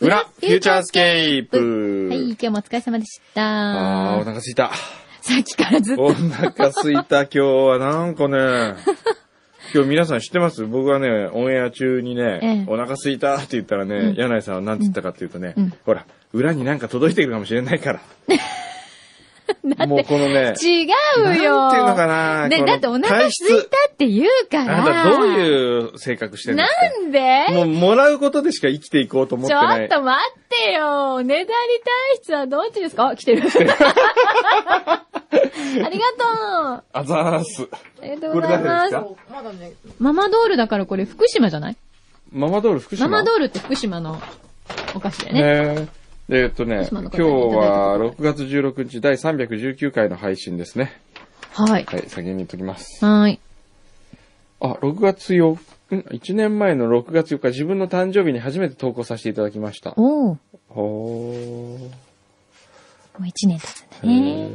裏、フューチャースケープ。はい、今日もお疲れ様でしあー、おた。腹すいた。さっきからずっおと。腹すいた今日はなんか ね、今日皆さん知ってます僕はね、オンエア中にね、ええお腹すいたって言ったらね、うん柳井さんは何て言ったかっていうとね、うんほら、裏になんか届いてくるかもしれない から。もうこのね、違うなよ。んていうのかなね、このだってお腹すいたって言うかあら。なたどういう性格してるんですかなんでもう、もらうことでしか生きていこうと思っちてょない。っと待ってよ。ねだり体質はどっちで すかあ、来てる。ありがとう。あざーす。ありがとうこごれざ誰いでますかす。ママドールだからこれ福島じゃないママドール福島ママドールって福島のお菓子だよね。ねえ。えーっとね、今島の日方にいただいたことは6月16日第319回の配信ですね。はい。はい、先に言っときます。はーい。あ、6月4日、ん ?1 年前の6月4日、自分の誕生日に初めて投稿させていただきました。おー。ほー。もう一年経つんだね。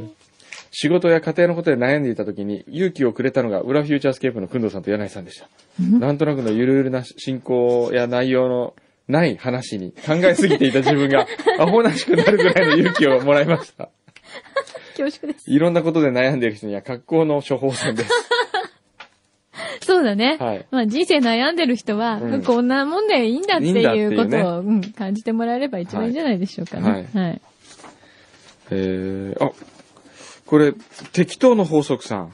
仕事や家庭のことで悩んでいた時に勇気をくれたのが裏フューチャースケープの工藤さんと柳井さんでした。なんとなくのゆるゆるな進行や内容のない話に考えすぎていた自分がアホらしくなるぐらいの勇気をもらいました。恐縮です。いろんなことで悩んでいる人には格好の処方箋です。そうだね。はいまあ人生悩んでる人は、うんこんなもんでいいんだっていうこといいんだっていうねをうん感じてもらえれば一番いいんじゃないでしょうかね。ははいい。えー、あ、これ、適当の法則さん。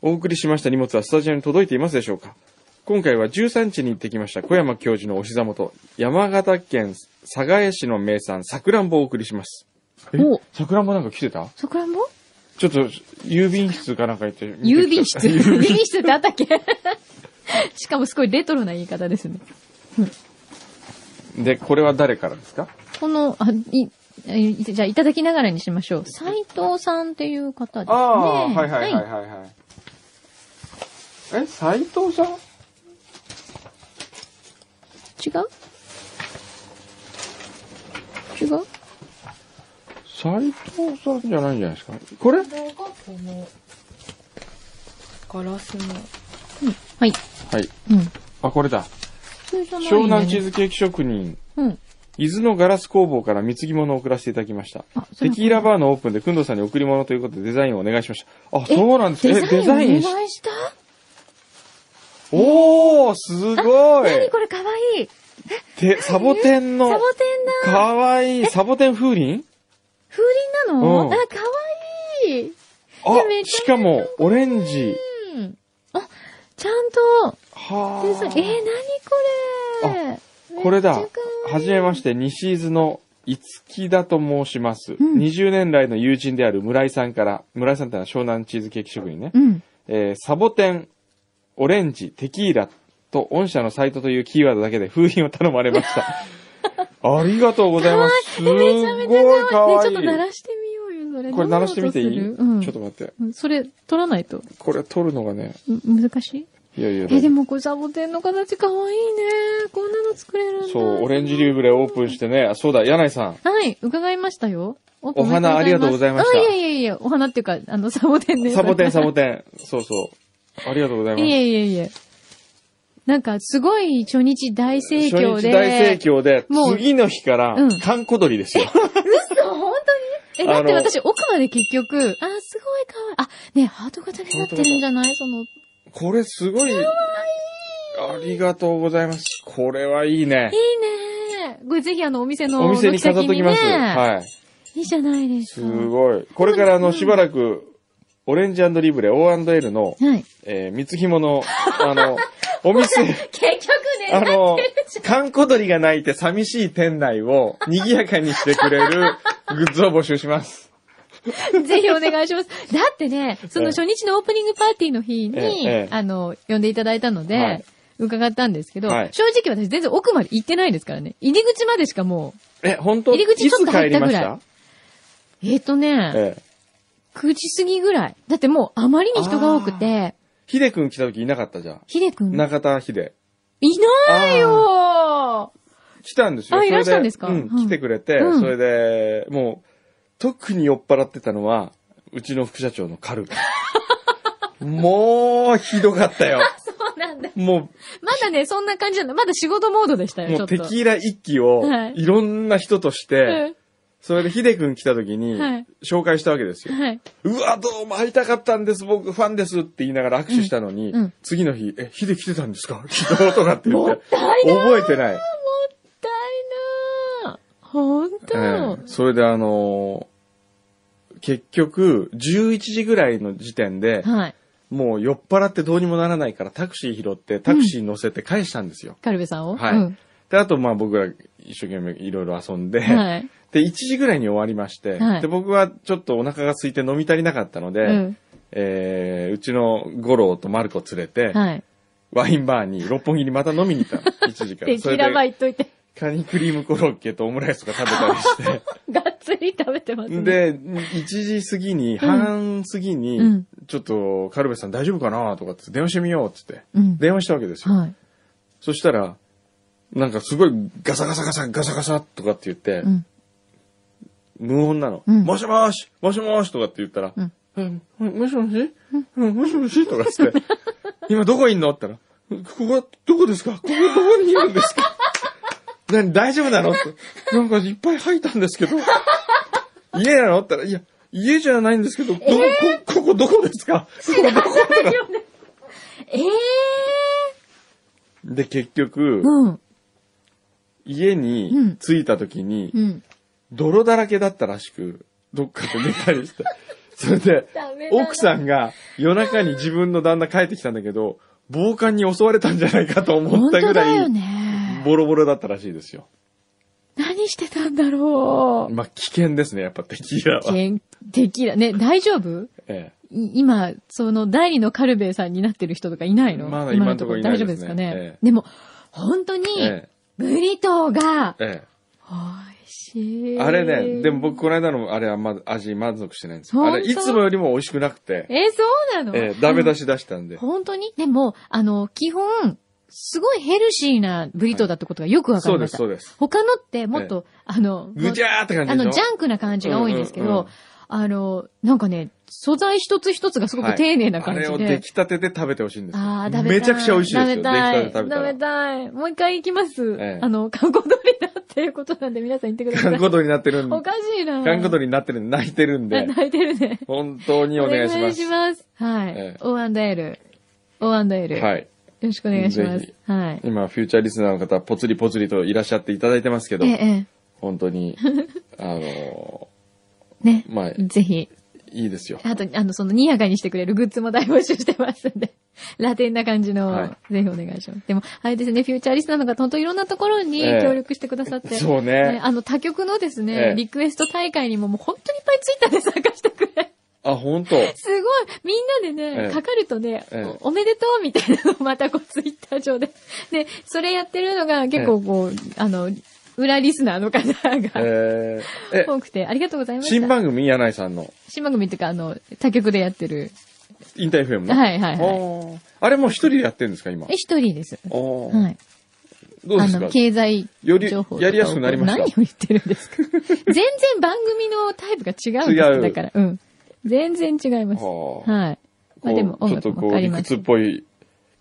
お送りしました荷物はスタジオに届いていますでしょうか今回は13地に行ってきました小山教授のお膝元、山形県佐賀江市の名産、さくらんぼをお送りします。おさくらんぼなんか来てたそこらんぼちょっと、郵便室かなんか行って。郵便室郵 郵便便室ってあったっけ しかもすごいレトロな言い方ですね。 で、これは誰からですかこの、あ、い、いじゃあいただきながらにしましょう。斎藤さんっていう方ですね。はいはいはい。え、斎藤さん違う違う斎藤さんじゃないんじゃないですかこれこれがこのガラスのはい。はい。うん。あ、これだ。そういう人もいいね湘南チーズケーキ職人、うん。伊豆のガラス工房から貢ぎ物を送らせていただきましたあ。そテれキーラバーのオープンで、くんどさんに贈り物ということでデザインをお願いしました。あ、そうなんですデね。ザえインデザインしお願いしたおー、すご何いこれかわいいて、サボテンサボの、テンだかわいい、サボテン風鈴風鈴なの、うんあ、かわいいあめっ、ちゃしかも、オレンジ。うん。あ、ちゃんと、はデザインえー。ー、何これこれだめっちゃかわいい。はじめまして、西伊豆のいつきだと申します。ん20年来の友人である村井さんから、村井さんってのは湘南チーズケーキ職人ね。うん。えーサボテン、オレンジ、テキーラと、御社のサイトというキーワードだけで風鈴を頼まれま した。ありがとうございます。すめちゃめちゃごいか可わいい。ね、ち愛ょっと鳴い。らしてみようよ、それ。これ鳴らしてみていい、どんな音ちょっすとる待って。うん。それ、取らないと。これ取るのがね、ん難しいいやいや。え、でもこれサボテンの形かわいいね。こんなの作れるんだ。そう、オレンジリューブレオープンしてね、あそうだ、柳井さん。はい、伺いましたよ。おお花ありがとうございましたあ、いやいやいや、お花っていうか、あの、サボテンです。サボテン、サボテン。そうそう。ありがとうございます。いやいやいや。なんか、すごい初日大盛況初で。日大盛況で、もう次の日からうん、閑古鳥ですよ。嘘本当にえ、だってあの私、奥まで結局、あ、すごい可愛い。あ、ねえハート型になってるんじゃないその、いこれすごい、ありがとうございます。これはいいね。いねこれぜひあの、お店の、お店に飾っときます。軒先にねはい。いいじゃないですすか。ごい。これからあの、しばらく、オレンジリブレ O&L の、はい。 えー、三つ紐の、あの、お店、結局ね、あの、観光鳥が鳴いて寂しい店内を賑やかにしてくれるグッズを募集します。 ぜひお願いします。だってね、その初日のオープニングパーティーの日に、ええええあの、呼んでいただいたので、はい伺ったんですけど、はい正直私全然奥まで行ってないですからね。入り口までしかもう、え、本当入り口ちょっと入ったぐらつい帰りましえっ、とたね、ええ。 9時過ぎぐらい。だってもうあまりに人が多くて、ヒデくん来た時いなかったじゃん。ひでくん、いな中田ヒデ。いよ来たんですよ。あそれいらっしゃるんですかうん、はい来てくれて、うんそれで、 もう、特に酔っ払ってたのは、うちの副社長のカルガ。もう、ひどかったよ。そうなんだ。もまだね、そんな感じじゃない。まだ仕事モードでしう、たよ、ちもょうっと。テキーラ一機をはい、いろんな人として、うんそれでヒデ君来た時にはい、紹介したわけですよ。はい。うわ、どうも会いたかったんです、僕ファンですって言いながら握手したのに、うんうん次の日、え、ヒデ来てたんですか 昨日とかって言って。もったいな覚えてない。痛いなぁほんと、ええそれであのー結局、11時ぐらいの時点で、はい。もう酔っ払ってどうにもならないからタクシー拾って、タクシー乗せて返したんですよ。カルベさんをはいうんで、あとまあ僕ら一生懸命いろいろ遊んで、はい。で、1時ぐらいに終わりまして、はいで、僕はちょっとお腹が空いて飲み足りなかったので、うんえーうちの五郎とマルコ連れて、はい。ワインバーに六本木にまた飲みに行ったの。1時 から。テそキれラばで、いっといて、カニクリームコロッケとオムライスとか食べたりして、がっつり食べてます ね。で、1時過ぎに、半過ぎに、うんちょっと、カルベさん大丈夫かなとかって、電話してみようってって、うん電話したわけですよ。はい。そしたら、なんかすごいガサガサガサガサガサとかって言って、うん。無音なの、うんもしもしもしもしとかって言ったら、うんうんもしもし、うん、もしもしとかっつ って、今どこいんのって言ったら、ここはどこですかここどこにいるんです か何大丈夫なのって。なんかいっぱい吐いたんですけど、家なのって言ったら、いや、家じゃないんですけど、どこ、こここどこですかここどことか。ええで、結局、うん。家うにん着いた時に、うん。泥だらけだったらしく、どっかで寝たり して。それでダメ、だな奥さんが夜中に自分の旦那帰ってきたんだけど、暴漢に襲われたんじゃないかと思本った当ぐだらよい、ね。ボロボロだったらしいですよ。何してたんだろう。まあ、危険ですね、やっぱテキーラは。えけんテキーラ、ね、大丈夫えい今、その第二のカルベイさんになってる人とかいないのまだ今のところいない大丈夫でですすねかね。ええでも、本当に、えブリトーが、ええ美味しえい。あれね、でも僕この間のあれはまだ味満足してないんですよあ本当れ、いつもよりも美味しくなくて、え、そうなの、ええダメ出し。し出したんで。本当にでも、あの、基本、すごいヘルシーなブリトーだってことがよくわかそりうでましす、た。そうです。他のってもっと、あの、ぐちゃーって感じあでしょの、ジャンクな感じが多いんですけど、うんうんうんあの、なんかね、素材一つ一つがすごく丁寧な感じで。はいあれを出来たてで食べてほしいんですよああ、食べためい。ちゃくちゃ美味しいですよ。食べた出来たて食い。べた食らべたい。もう一回行きます。ええあの、観光通りだっていうことなんで皆さん行ってくださ観い。光鳥になってるんでお、かしいな。観光り鳥になってるんで、泣いてるんで、泣いてるね。本当にお願いします。お願いします。はい。ええ O&L。O&L。。はいよい。ろしくお願いしまぜす。はい。今、フューチャーリスナーの方、ぽつりぽつりといらっしゃっていただいてますけどええ、、え本当に、 あのえ。ね。ー、まあ、いぜひ。いですよ。あと、あの、その、にやかにしてくれるグッズも大募集してますんで。 ラテンな感じの、はぜひお願いします。でも、あれですね、フューチャーリスナーの方、本当いろんなところにええ協力してくださって。そうねね。あの、他局のですね、ええリクエスト大会にももう本当にいっぱいツイッターで参加してくれ。あ、本当。すごいみんなでね、ええかかるとね、ええおおめでとうみたいなのをまたこうツイッター上で。で、それやってるのが結構こう、あの、裏リスナーの方がえー、え、多くて、ありがとうございました。新番組、柳井さんの、新番組っていうか、あの、他局でやってる。インター FM の。はいはいはい。おーあれもう一人でやってるんですか、今え、。一人です。おーはい。どうあですの、か経済より情報とかをやりやすくなりました何を言ってる んですか全然番組のタイプが違うんです違うよだから。うん。全然違います。はあはい。まあでもこう音ちょっと楽もこ変わう、り理まし屈た。っぽい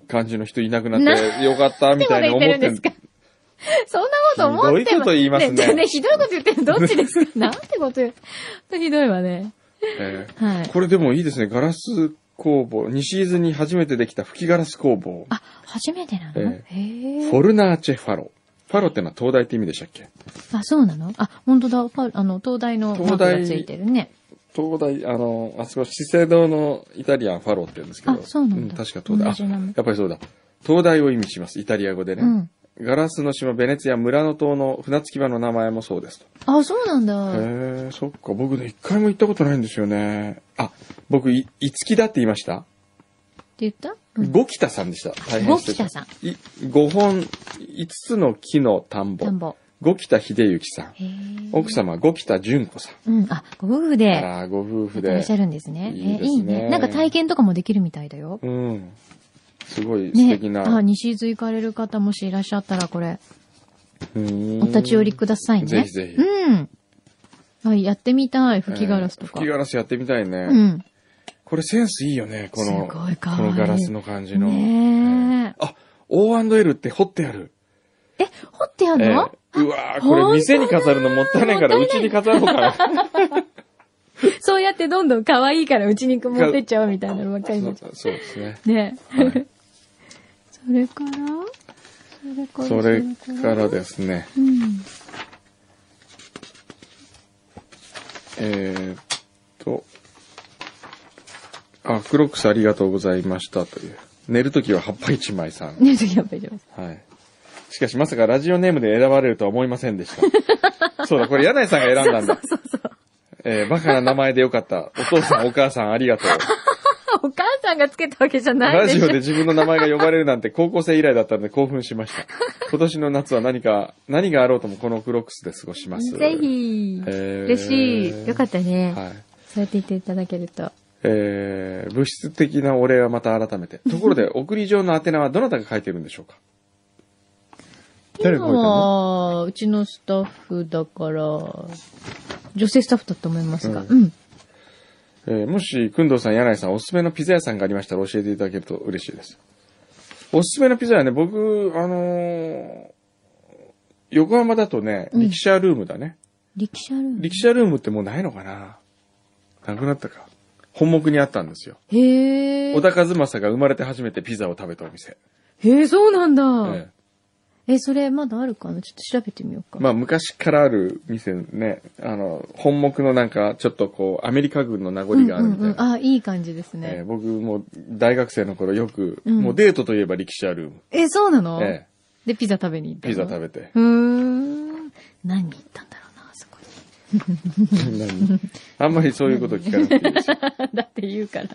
感じの人いなくなっなて、よかったみたいな思ってなんてこと言ってるんですか そんなこと思ってひどいこと言いますねひどいこと言ってるどっちで すかなんてこと言う。ほんとひどいわね。えーはい。これでもいいですね。ガラス工房。西伊豆に初めてできた吹きガラス工房。あ、初めてなのえへえフォルナーチェファロ。ファロってのは東大って意味でしたっけあ、そうなのあ、本当だ。パあの、東大のマークがついてるね。東大、あの、あそこ、資生堂のイタリアンファロって言うんですけど。あそうなんだ確か東大。同じ名前あやっぱりそうだ。東大を意味します。イタリア語でね。うんガラスの島、ベネツィア、村の島の船着き場の名前もそうですと。あ、そうなんだ。へえ、そっか。僕ね、一回も行ったことないんですよね。あ、僕、い、いつきだって言いましたって言った五北さんでした。大変失礼しました五い五本、五つの木の田んぼ。田んぼ。五北秀幸さん。へえ。奥様、五北純子さん。うん。あ、ご夫婦で。ああ、ご夫婦いらでっし。ゃるんですね。いいえですねーいいね。なんか体験とかもできるみたいだよ。うん。すごい素ね敵。な。あ、西伊豆行かれる方もしいらっしゃったら、これ、うーんお立ち寄りくださいね。ぜひぜひうん。はい、やってみたい。吹きガラスとか。吹きガラスやってみたいね。うん。これセンスいいよね、この、すこごい可愛いのガラスの感じの。ねあ、O&L って掘ってある。え。え、掘ってあんの、ええうわーこれ店に飾るのもったいないから、本うちに飾ろう かな。そうやってどんどん可愛いからうちに持ってっちゃうみたいなのばっかりになっちゃそうそうですね。う。ねえ。はいそれからそれからそれからですね、うん。えー、っと、あ、黒くさんありがとうございましたという。寝るときは葉っぱ一枚さん。ねえ、次は大丈夫です。はい。しかしまさかラジオネームで選ばれるとは思いませんで した。そうだ、これ柳井さんが選んだんだ。えー、バカな名前でよかった。お父さんお母さんありがとう。あお母さんがつけたわけじゃないラでジしオょで。自分の名前が呼ばれるなんて高校生以来だったので興奮しました。今年の夏は何か、何があろうともこのクロックスで過ごします。ぜ。ひ。えー嬉しい。よかったね。はい。そうやって言っていただけると。えー、物質的なお礼はまた改めて。ところで、送り状の宛名はどなたが書いてるんでしょうか誰が書いてるの今は、うちのスタッフだから、女性スタッフだと思いますが。ううんん。えーもし、くんどうさん、柳井さん、おすすめのピザ屋さんがありましたら教えていただけると嬉しいです。おすすめのピザ屋ね、僕、あのー横浜だとね、うん力車ルームだね。力車ルーム。力車ルームってもうないのかななくなったか。本目にあったんですよ。へ小ー。田和正が生まれて初めてピザを食べたお店。へー、そうなんだ。えええ、それまだあるかなちょっと調べてみようか。まあ、昔からある店ね、あの、本目のなんか、ちょっとこう、アメリカ軍の名う残んうんがあるみたいな。うん。あ、いい感じですえーね。僕も大学生の頃よく、うんもうデートといえば力車ルーム。え、そうなのえで、ピザ食べに行っえたピザ食べべ て。うーん。何人行ったんだろうな、あそこに。何 あんまりそういうこと聞かなくていい ですよ。だって言うから。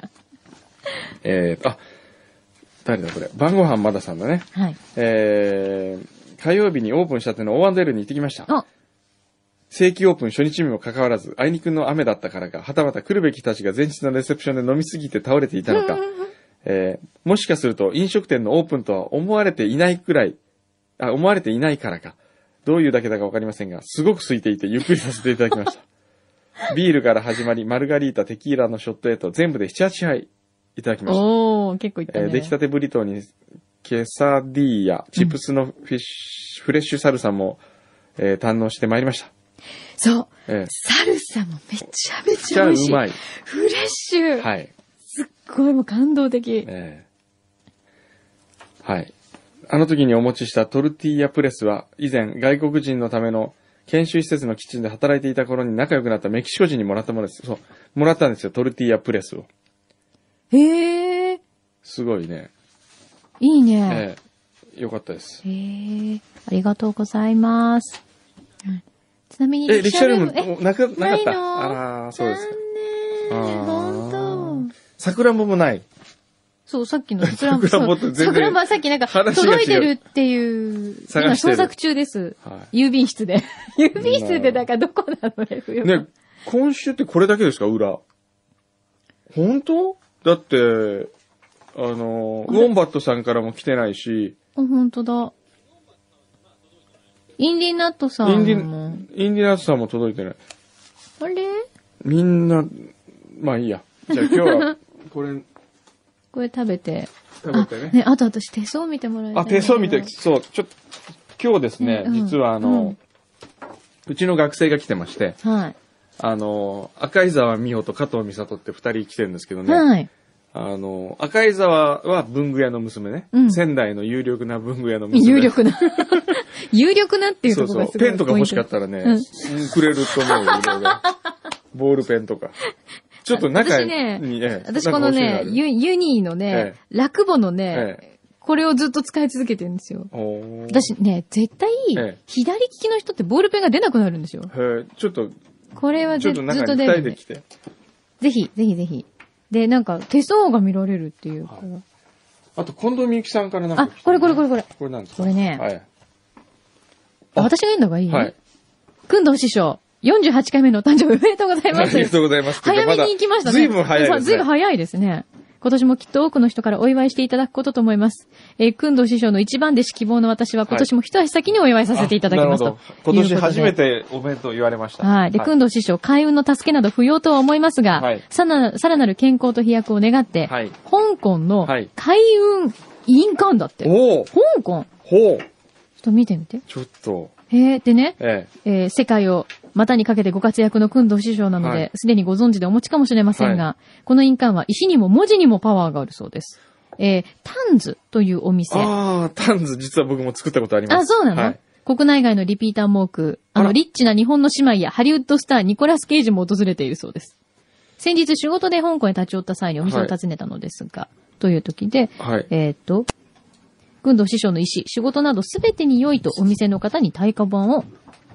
えーとあ、誰だこれ。晩ご飯まださんだね。はい。えー、火曜日にオープンしたての O&L に行ってきました。あ、正規オープン初日にもかかわらず、あいにくの雨だったからか、はたまた来るべき人たちが前日のレセプションで飲みすぎて倒れていたのか、えーもしかすると飲食店のオープンとは思われていないくらい、あ、思われていないからか、どういうだけだかわかりませんが、すごく空いていてゆっくりさせていただきま した。ビールから始まり、マルガリータ、テキーラのショットへと全部で7、8杯いただきました。おー、結構行ったえーね。出来たてブリトーに、ケサディーヤ、チップスのフィッシュ、フレッシュサルサも、えー堪能してまいりました。そう。えーサルサもめちゃめめっちちゃゃ美う味しい。まい。フレッシュ。はい。すっごいもう感動的。ええはい。あの時にお持ちしたトルティーヤプレスは、以前外国人のための研修施設のキッチンで働いていた頃に仲良くなったメキシコ人にもらったものです。そう。もらったんですよ、トルティーヤプレスを。へえ、すごいね。いいね。ええよかったです。へえ、ありがとうございます。うんちなみに、え、リキシャルーム、え、おなく、なかっないのた。あらー、そうですか。残念。あー本当。桜ももない。そう、さっきのスランプ、桜もそと全う然桜もはさっきなんか話が違う届いてるっていう、今探してる捜索中です。は郵便 室で。郵便室でだからどこなのね、 い。冬場ね、今週ってこれだけですか、裏。本当だって、あの、ウォンバットさんからも来てないし、あ、本当だ。インディナットさインんデも。ィ、インディナースさんも届いてない。あれみんな、まあいいや。じゃあ今日は、 これこれ食べて。食べてね。ね、あと私手相見てもらえたいあ、んだけど手相見て、そう、ちょっと、今日ですね、うん実はあうのん、うちの学生が来てまして、はい。あの、赤井沢美穂と加藤美里って二人来てるんですけどね、はい。あの、赤井沢は文具屋の娘ね、うん仙台の有力な文具屋の娘。有力な。 有力なっていうそとうこそろがう。すごいペンとか欲しかったらね、うんくれると思うよ。いろいろボールペンとか。ちょっと中に、私ねええ私このね、ユユニーのねえ、落語のえね、これをずっと使い続けてるんですよ。私、私ね、絶対ええ、左利きの人ってボールペンが出なくなるんですよ。へえちょっと、これはちょぜっずと中っとに出二人でるんで。来て。ぜひ、ぜひぜひ。で、なんか、手相が見られるっていうか。あと、近藤美幸さんからなんかあ来て、る。これこれこれこれ。これなんですかこれね、はい。あ私が言うんだがいいはい。くんどう師匠、48回目のお誕生日おめでとうござい あま すりが。とうございます。早めに行きましたね。ずいぶん早いですね。ずいぶん早いですね。今年もきっと多くの人からお祝いしていただくことと思います。えー、くん師匠の一番弟子希望の私は今年も一足先にお祝いさせていただきますとあなるほど今年初めてておめでとう言われました。はい。で、くんど師匠、開運の助けなど不要とは思いますが、はいさなさらなる健康と飛躍を願って、はい香港のはい開運委員館だって。おお香港ほうちょっと見てみて。ちょっと、へえ、でね、ええ。えー世界を股にかけてご活躍のくんど師匠なのはでい、す、で、にご存知でお持ちかもしれませんが、はこの印鑑は石にも文字にもパワーがあるそうです。えータンズというお店。ああ、タンズ実は僕も作ったことあります。あ、そうなの、はい国内外のリピーターも多く、ああの、らリッチな日本の姉妹やハリウッドスター、ニコラス・ケイジも訪れているそうです。先日仕事で香港へ立ち寄った際にお店を訪ねたのですが、という時で、はい。えーっと、軍道師匠の意思、仕事など全てに良いとお店の方に対価版を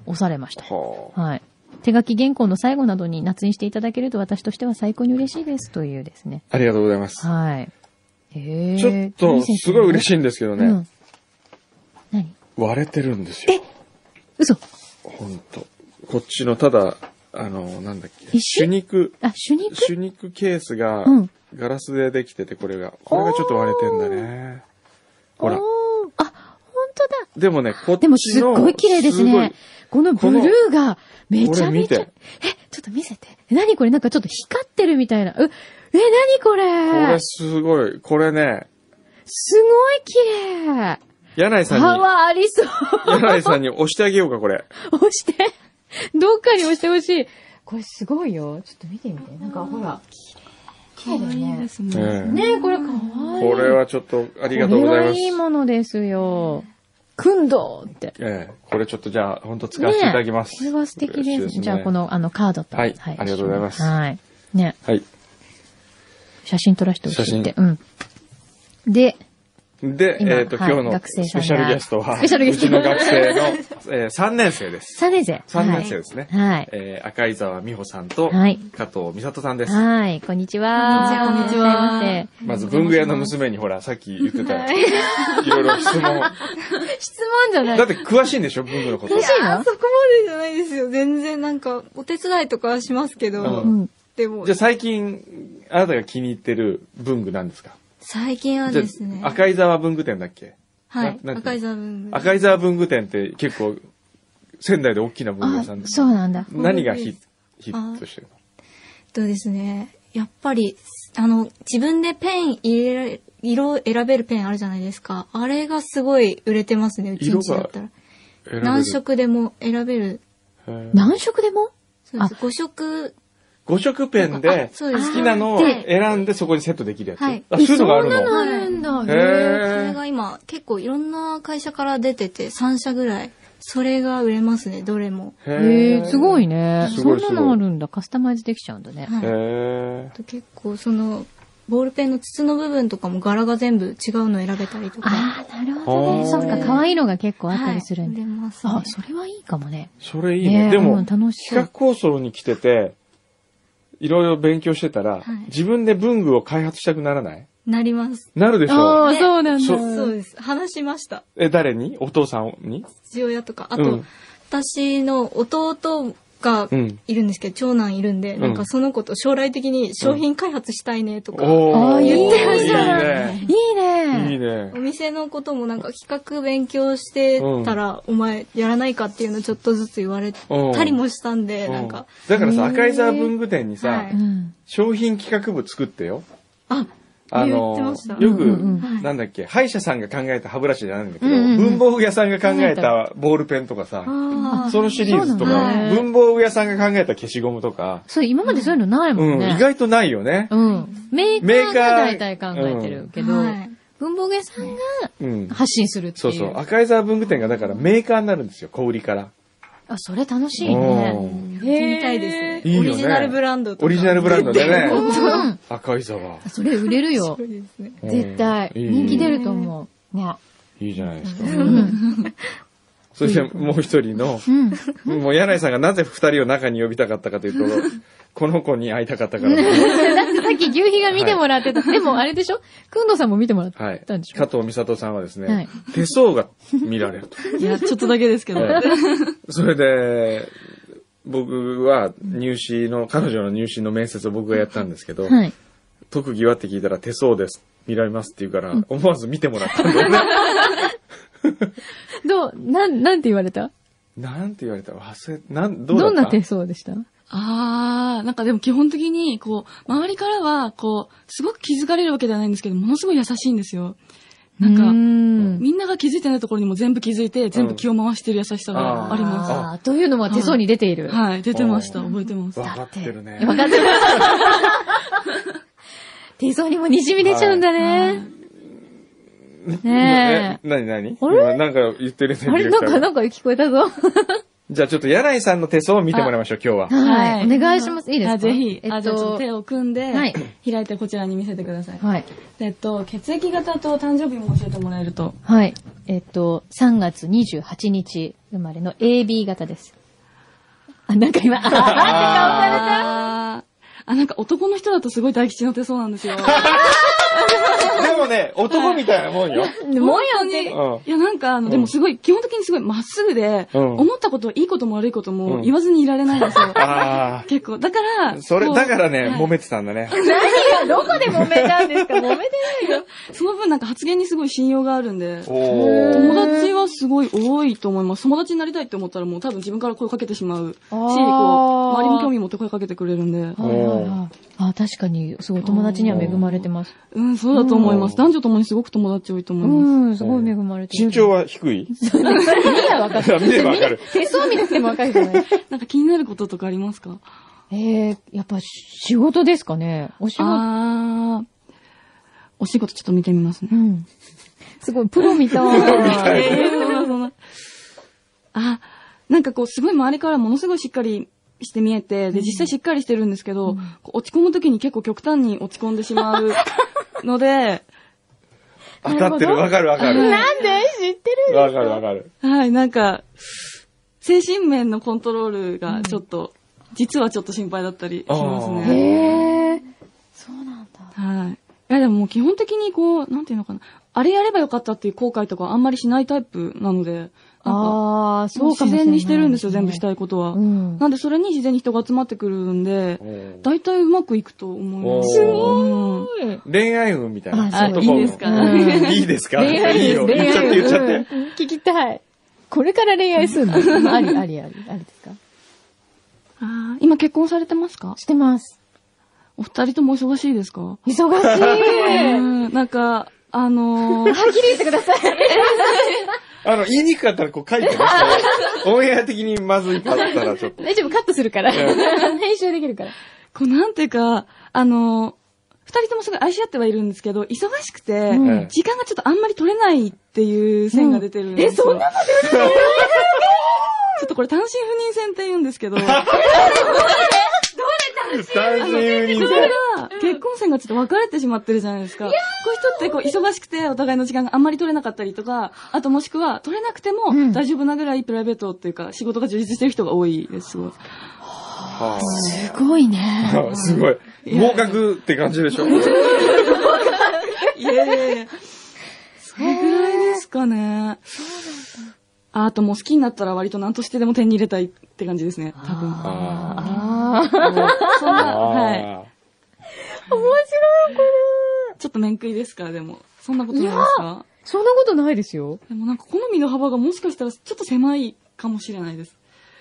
押されました。はあ。はい。手書き原稿の最後などに捺印していただけると私としては最高に嬉しいですというですね。ありがとうございます。はい。えちょっと、すごい嬉しいんですけどいね、うん。何割れてるんですよ。嘘ほんと。こっちの、ただ、あの、なんだっけ。一主緒肉、あ、主肉主肉ケースがうん、ガラスでできてて、これが。これがちょっと割れてんだね。ほらおー。あ、本当だ。でもね、こっちの。でもすっごい綺麗ですね。このブルーがめちゃめちゃ。これえ、ちょっと見せて。え何これなんかちょっと光ってるみたいな。う、え、何こすごい。これすごい。これれね、すごい綺麗。柳井さパんに、ワーありそう。柳井さんに押してあげようか、これ。押して。どっかに押してほしい。これすごいよ。ちょっと見てみて。なんかほら。綺麗だよね。すねええねえこれかわいい。これはちょっと、ありがとうございこれまはいいす。ものですよ。くんどうって。ええ、これちょっとじゃあ、ほんと使わせていただきます。ねえこれは素敵です。嬉しいねじゃあ、こ。の、あの、カードと。はいありがとうございますはい。ね、はい。写真撮らせてほしいって写。うん。で、で、今えっ、と、はい今日の学生スさんペシャがルゲストは、スペシャルゲストうちの学生の、え3年生です。 3年生。 3年生ですね。はい。えー赤井沢美穂さんと、はい加藤美里さんです。はい、こんにちは。こんにちはこんにちはまず、文具屋の娘にほら、さっき言ってた、いろいろ質問。質問じゃない。だって詳しいんでしょ文具のこと。詳しいあのそこまでじゃないですよ。全然なんか、お手伝いとかはしますけど、うんうん。でもじゃあ、最近、あなたが気に入ってる文具なんですか最近はじゃですね、あ、赤井沢文具店だっけはい、ななんて赤い座文具。赤井沢文具店って結構、仙台で大きな文具あ屋さん、です。そうなんだ。何がそうヒでヒットしてるのえっとですね、やっぱり、あの、自分でペン入れられ、色を選べるペンあるじゃないですか。あれがすごい売れてますね、うちんちだったら。選べる何色でも選べる。へー何色でもそうです。5色、五色ペンであそう好ですきなのをあで選んでそこにセットできるやつ。はいあ、そういうのがあるそんなの。のあるんだ。へーそれが今、結構いろんな会社から出てて、3社ぐらい。それが売れますね、どれも。へえ、すごい。いね。すそごんいなのあるんだ。カスタマイズできちゃうんだね。はい。へあと結構その、ボールペンの筒の部分とかも柄が全部違うの選べたりとか。ああ、なるほどね。あーそっか、可愛いのが結構あったはいりするん売だれ。ます、ね。あ、それはいいかもね。それいいね。えでも、うん楽企しそう画構想に来てて、いろいろ勉強してたらはい、自分で文具を開発したくならないなります。なるでしょあう。あ、そうなんそそうだ。です。話しました。え、誰にお父さんに父親とか。あと、うん私の弟がうんいるんですけど、長男いるんで、んなんかその子と将来的に商品開発したいねとか、おあー。ー言ってましたいいいいね。いいね。ねお。店のこともなんか企画勉強してたら、お前やらないかっていうのちょっとずつ言われたりもしたんで、うんなんか、だからへさ、ー赤井沢文具店にはさい、うん。商品企画部作ってよ。あ、あ言ってのました、ようんうんくは、いなんだっけ、歯医者さんが考えた歯ブラシじゃないんだけど、うんうんうん文房具屋さんが考えたボールペンとかさ、あーそのシリーズとそうかなん、だ文房具屋さんが考えた消しゴムとか、そう、今までそういうのないもうんん、ね。意外とないよね。うん。メーメカーーカが大ー体考えてるけど、はい文房具屋さんうんが。発信するってそいうう。そう。赤井沢文具店がだからメーカーになるんですよ、小売りから。あ、それ楽しいうんね。やってみたいですね。いいよオねリジナルブランドとか。オリジナルブランドで ね。うん。赤井沢。それ売れるよそ。うですね。絶対。うん人気出ると思う。ね。いいじゃないですか。うん。そしてもう一人の、うん。 もう柳井さんがなぜ二人を中に呼びたかったかという と、この子に会いたかったからだとだってさっき牛皮が見てもらってた。でもあれでしょくんどさんも見てもらっはい。たんでしょ、加藤美里さんはですね、はい手相が見られ ると。いや、ちょっとだけで すけど。ええそれで、僕は入試の、彼女の入試の面接を僕がやったんですけど、はい。特技はって聞いたら手相です。見られますって言うから、思わず見てもらったんだよ ね。どう、なん、なんて言われたなんて言われた忘れ、なん、どうだったどんな手相でしたあー、なんかでも基本的に、こう、周りからは、こう、すごく気づかれるわけではないんですけど、ものすごい優しいんですよ。なんうかーんみんなが気づいてないところにも全部気づいて、全部気を回してる優しさがあります。あーというのは手相に出ている。はい、出てました。あー覚えてます。わかってるね。わかってます。手相にも滲み出ちゃうんだね。ねえ。なになにあれ今なんか言ってるね。え。あれディレなクタんーか、がなんか聞こえたぞ。じゃあちょっと柳井さんの手相を見てもらいましょう、今日は。はい。お願いします。いいですかあぜひ。えあっじゃあちょっとと、手を組んで、はい開いてこちらに見せてください。はい。えっと、血液型と誕生日も教えてもらえると。はい。えっと、3月28日生まれの AB 型です。あ、なんか今、あ、待って、顔されたあーあ、なんか男の人だとすごい大吉の手相なんですよ。でもね、男みたいなもんよ。もやんねね。いや、なんか、あの、でもすごい、基本的にすごいまっすぐで、うん思ったこと、いいことも悪いことうもん言わずにいられないんですよ。あ結構。だから、あ。それ、こうだからね、はい揉めてたんだね。何が、どこで揉めたんですか揉めてないよ。その分なんか発言にすごい信用があるんで、お友ー。達はすごい多いと思います。友達になりたいって思ったらもう多分自分から声かけてしまうし、あこーう、周りも興味持って声かけてくれるんで。はいはいはい。あ、確かに、すごい友達には恵まれてます。うん、そうだと思います。男女ともにすごく友達多いと思います。うん、すごい恵まれてる。身長は低い見りゃわかる。 見ればわかる手相見なくてもわかるじ ゃない。なんか気になることとかありますかえー、やっぱ仕事ですかね。お仕事。あー。お仕事ちょっと見てみますねう。ん。すごい、プロみたい。えーそんなそんなあ、なんかこう、すごい周りからものすごいしっかりして見えて、で、実際しっかりしてるんですけど、こう落ち込む時に結構極端に落ち込んでしまうの で、当たってる、わかるわかる。なんで知ってるわかるわかる。はい、なんか、精神面のコントロールがちょっと、実はちょっと心配だったりしますあーね。へえ。そうなんだ。はい。いや、でももう基本的にこう、なんていうのかな、あれやればよかったっていう後悔とかあんまりしないタイプなので、なんか、ああ、そうかもしれ自ない。然にしてるんですよ、全部したいことは。うん。なんで、それに自然に人が集まってくるんでお、ー大体うまくいくと思います。すごうん恋愛運みたいな。あそう男運いいですかうんいいですか恋い愛いですよ。恋言っちゃって言っちゃっ愛て。うん聞きたい。これから恋愛する のありありあり。ありですかあー今結婚されてますかしてます。お二人ともお忙しいですか 忙しい。うんなんか、あの はー、っきり言ってください。あの、言いにくかったらこう書いてね。こうオンエア的にまずいかったらちょっと。大丈夫、カットするから。編集できるから。こうなんていうか、あのー、二人ともすごい愛し合ってはいるんですけど、忙しくて、うん時間がちょっとあんまり取れないっていう線が出てるんですよ。え、そんなの出 てるちょっとこれ単身赴任線って言うんですけど、 これが単身赴任で。結婚線がちょっと分かれてしまってるじゃないですか。こういう人ってこう忙しくてお互いの時間があんまり取れなかったりとか、あともしくは取れなくてうんも大丈夫なぐらいプライベートっていうか仕事が充実してる人が多いです。すごいはすごいね。あすごい。合格って感じでしょ。いやいやいや。それぐらいですかね。ああともう好きになったら割と何としてでも手に入れたいって感じですね。多分。あああ。そんな、あ。はい。あちょっと面食いですから、でも。そんなことないですかそんなことないですよ。でもなんか好みの幅がもしかしたらちょっと狭いかもしれないです。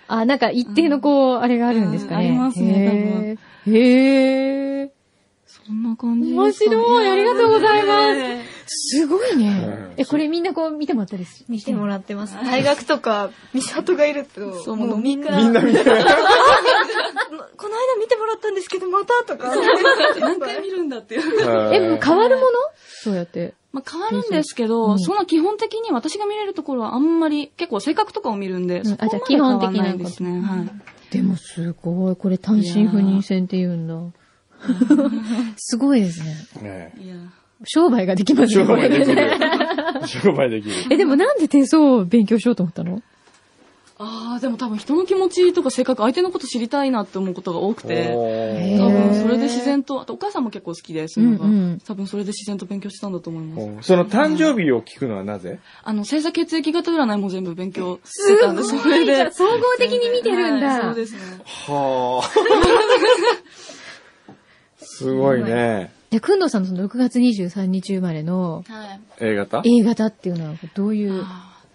あ、なんか一定のこう、あれがあるんですかね。うんありますねへー。へえ。そんな感じですか面白いありがとうございますす。すごいねん。え、これみんなこう見てもらったりす見てもらってます。大学とか、美里がいると、そうももううみんな、ーみんなみんな。この間見てもらったんですけど、またとか。何回見るんだっていう。え、もう変わるものそうやって。まあ、変わるんですけど、うんそんな基本的に私が見れるところはあんまり、結構性格とかを見るんで、んそこまあじゃであ基変わ本的らなないですね。はい。でもすごい。これ単身赴任制って言うんだ。 すごいですね。ねえいや、商売ができま す商ね。これ売でできねる。商売できる。え、でもなんで手相を勉強しようと思ったのああ、でも多分人の気持ちとか性格、相手のこと知りたいなって思うことが多くて、おへー多分それで自然と、あとお母さんも結構好きで、そういうのが、うんうん多分それで自然と勉強したんだと思います。ーその誕生日を聞くのはなぜあの、星座血液型占いも全部勉強してたんで、すそれじゃあで。総合的に見てるんはいだ。そうですね。はあ。すごいね。でじゃあ、くんどうさんのその6月23日生まれのはい。 A 型 A 型っていうのはどういう、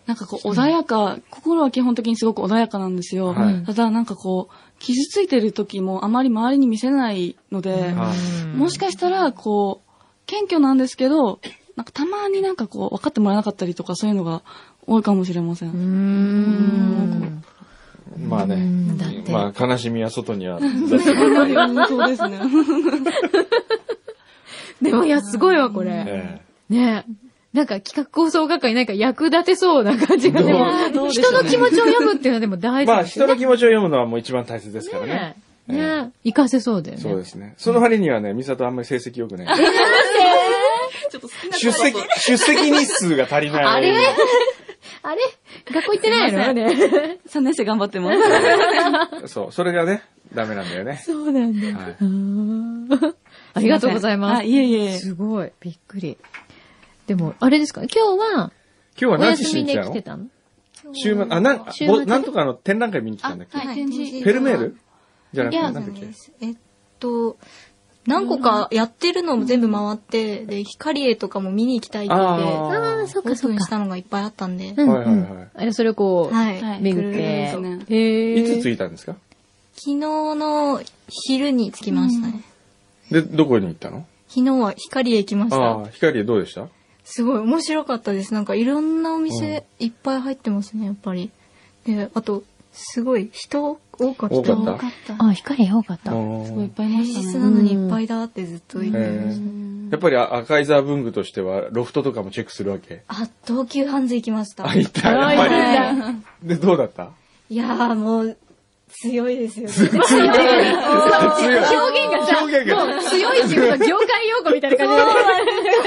なんかこう、穏やか、心は基本的にすごく穏やかなんですよ。はいただなんかこう、傷ついてる時もあまり周りに見せないので、はもしかかしたら、こう、謙虚なんですけど、なんかたまになんかこう、分かってもらえなかったりとか、そういうのが多いかもしれません。うー ん。まあうね。んだって。まあ、悲しみは外には出せない。そうですね。でもいや、すごいわ、これ。えねえ。なんか企画構想係なんか役立てそうな感じがね。どうでしょ人うのね気持ちを読むっていうのはでもえ大事まあ、ですよ人の気持ちを読むのはもう一番大切ですからねね。。ねえ。ねえ。活かせそうだよね。そうですね。その割にはね、ミサトあんまり成績良くない。ちょっと好きな出 席、出席日数が足りない。あれあれ学校行ってないのね。 3年生頑張ってます。 そう、それがね、ダメなんだよね。そうなんだ。はい。ありがとうございますあ、。いえいえ。すごい。びっくり。でも、あれですか今日は、今日はお何し休にみ来でた来てのたの週末、あ、なん、週末ぼなんとかの展覧会見に来たんだっけあはい展示フェルメールじゃなくいて、やなんだっけですえっと、何個かやってるのも全部回って、で、ヒカリエとかも見に行きたいって言って、ああーあ、そっオかーそプっンしか。たのがいっぱいあったんで、うんうはいはいはんい。あれ、それをこう、はい。はい巡っぐるてぐ。へいえ。つ着いたんですか昨日の昼に着きましたね。で、どこに行ったの昨日はヒカリエ行きましあた。あ、光どうでしたすごい面白かったです。なんかいろんなお店いっぱい入ってますね、やっぱり。で、あと、すごい人多かった。多かったたあ、光多かった。すごいいやっぱいい平まし日たなね。のにいっぱいだってずっと言ってましうた。っぱりあ赤い座文具としては、ロフトとかもチェックするわけ。あ、東急ハンズ行きました。あ、行った、やはいっぱはいり。で、どうだったいやーもう、 強いですよね。強い。表現がさ、表現がもう強いし、もう業界用語みたいな感じ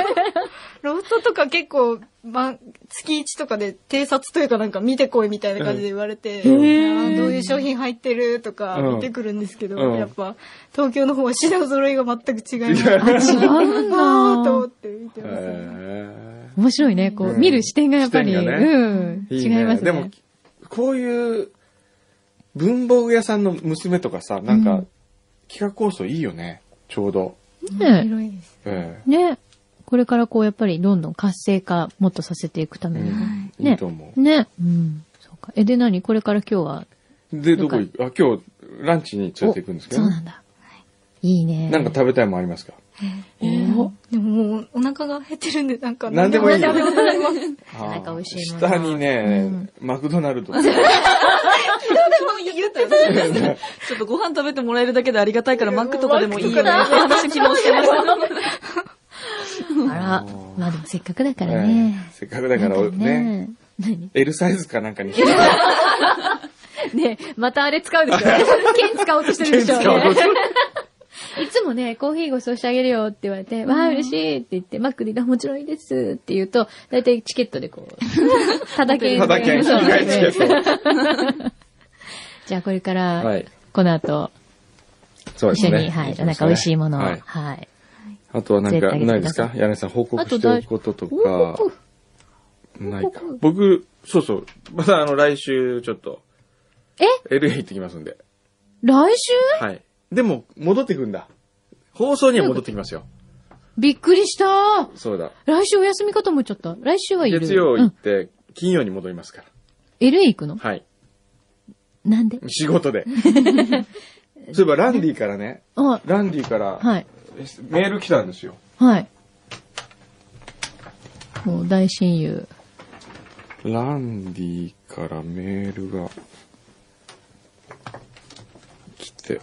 ロフトとか結構、ま、月1とかで偵察というかなんか見てこいみたいな感じで言われて、あーどういう商品入ってるとかうん見てくるんですけど、うんやっぱ東京の方は品揃えが全く違います。で。違うんあーと思だっ。て見てますね、へ面白いね。こう、うん見る視点がやっぱり、視点がねうん。ーい違いねいますでもね。、こういう、文房具屋さんの娘とかさ、なんうかん、企画構想いいよね。ちょうど。ね広いです。えね。これからこう、やっぱりどんどん活性化、もっとさせていくたえめうにも。んねいいと思う。ね。うん。そうか。え、で何これから今日はで、どこ行くあ、今日、ランチに連れて行くんですけどそうね、なんだ。いいね。なんか食べたいもんありますかでももうお腹が減ってるんで、なんか何でもいいよ。何でも食べます。なかなか美味しいもの下にね、うんマクドナルド。言ってたんですねちょっとご飯食べてもらえるだけでありがたいから、マックとかでもいいよね。話昨日してました。あら。まあでもせっかくだからええね。せっかくだから、なんね、。何 L サイズかなんかに。ねまたあれ使う でしょ剣使おうとしてるでしょ剣使おうとしいつもね、コーヒーご馳走してあげるよって言われて、わあ、嬉しいって言って、マックで、あもちろんいいですって言うと、だいたいチケットでこう、 ただけただけん、そう意外ねとそうじゃあこれかはらい、この後、そうです一緒ね。に、はい、なんか美味しいものを、はいはい。あとはなん絶か、対にないですか柳さん、報告あとしておくこととか報告、ないか報告。僕、そうそう、またあの、来週、ちょっと、え ?LA 行ってきますんで。来週はい。でも、戻ってくんだ。放送には戻ってきますよ。びっくりしたそうだ。来週お休みかと思っちゃった。来週はいる。月曜う行っん。て、金曜に戻りますから。 LA 行くのはい。なんで仕事 で。そういえば、ランディからね、あ、ランディから、はい。メール来たんですよ。はい。もう大親友。ランディからメールが来て。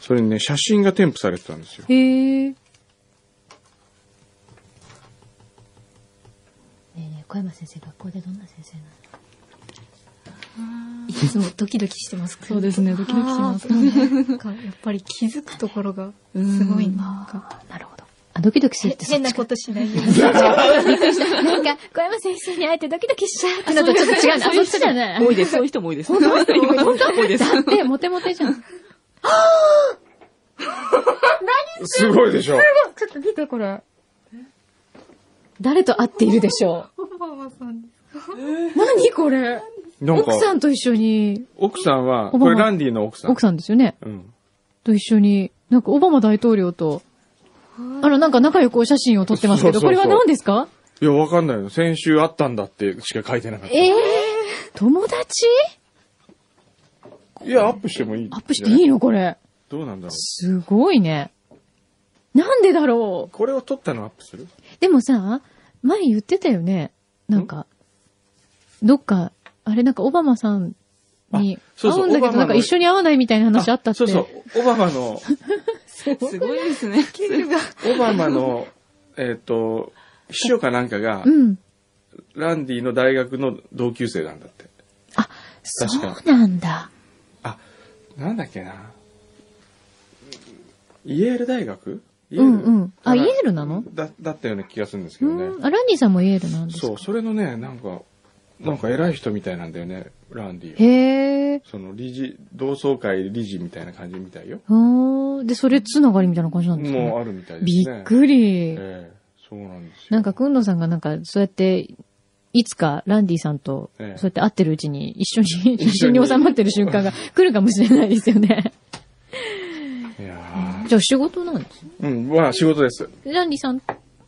それにね、写真が添付されてたんですよ。へえ。ねえねえ、小山先生、学校でどんな先生なのいつもドキドキしてます。そうですね、ドキドキします。なんかやっぱり気づくところがすごいなんか。あなるほど。あ、ドキドキするってそっ変なちかことしないように。なんか、小山先生に会えてドキドキしちゃうってのとちょっと違うな。そっちじゃない。多いです。そういう人も 多いです。今の人も多いです。だって、モテモテじゃん。ちすごいでしょょっと見て、これ。誰と会っているでしょう。ママさん何これなんか奥、さんと一緒に、奥さんは、おばこはれランディの奥さん。奥さんですよね。うん。と一緒に、なんかオバマ大統領と、あら、なんか仲良くお写真を撮ってますけど、そうそうそうこれは何ですかいや、わかんないよ。先週会ったんだってしか書いてなかった。ええ友達いや、アップしてもいい。アップしていいのこれ。どうなんだろう。すごいね。なんでだろこれを撮ったのアップするう。でもさ、前言ってたよね。なんか、どっか、あれなんかオバマさんにあそ会うそううんオだけバマど、のなんか一緒に会わないみたいな話あったって。そうそう。オバマ の、すごいですね。オバマの、えっと、秘書かなんかが、うん。ランディの大学の同級生なんだって。そ確かうなんだ。あ、なんだっけな。イェール大学イェうールんうん。あ、かイなエールなのだ、だったような気がするんですけうどね。ん。あ、ランディさんもイエールなんですそかう、それのね、なんか、なんか偉い人みたいなんだよね、ランディは。へえ。その理事、同窓会理事みたいな感じみたいよ。あーで、それつながりみたいな感じなんですかねもうあるみたいですびね。っくり。ええそうなんですよ。なんか、くんのさんがなんか、そうやって、いつか、ランディさんと、そうえやえって会ってるうちに、一緒に、一緒に写真に収まってる瞬間が来るかもしれないですよね。いやじゃあ、仕事なんですねーうん、まあ仕事です。ランディさん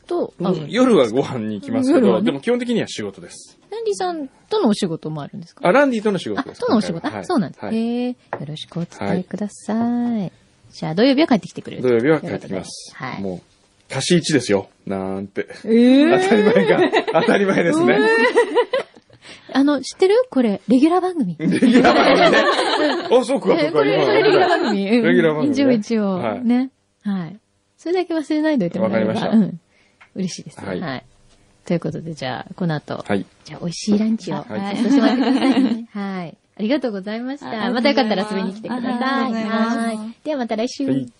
と会う。夜はご飯に行きますけ夜ど、はねでも基本的には仕事です。ランディさんとのお仕事もあるんですかあ、ランディとの仕あ、事です。とのお仕事。今回はあ、そうなんです。はいへえよろしくお伝えください。じゃあ、土曜日は帰ってきてくれる土曜日は帰ってきます。はい。もう、貸し1ですよ。なんて。え当たり前が、当たり前ですね。あの、知ってるこれ、レギュラー番組。レギュラー番組ね。あ、そうか、そうか。えこれ、今それレギュラー番組。うんレギュラー番組ね一応一応、はいね。はい。それだけ忘れないでおいてもらえれば。わかりまうん。嬉しいです、は。はいいということで、じゃあ、この後、はい。じゃあ、美味しいランチを、はいはい、させてもらってくださいね。はい。ありがとうございましあた。りまたがとうよごかざっいたますら遊びに来てください。ありがとうございますはい。ではまた来週。はい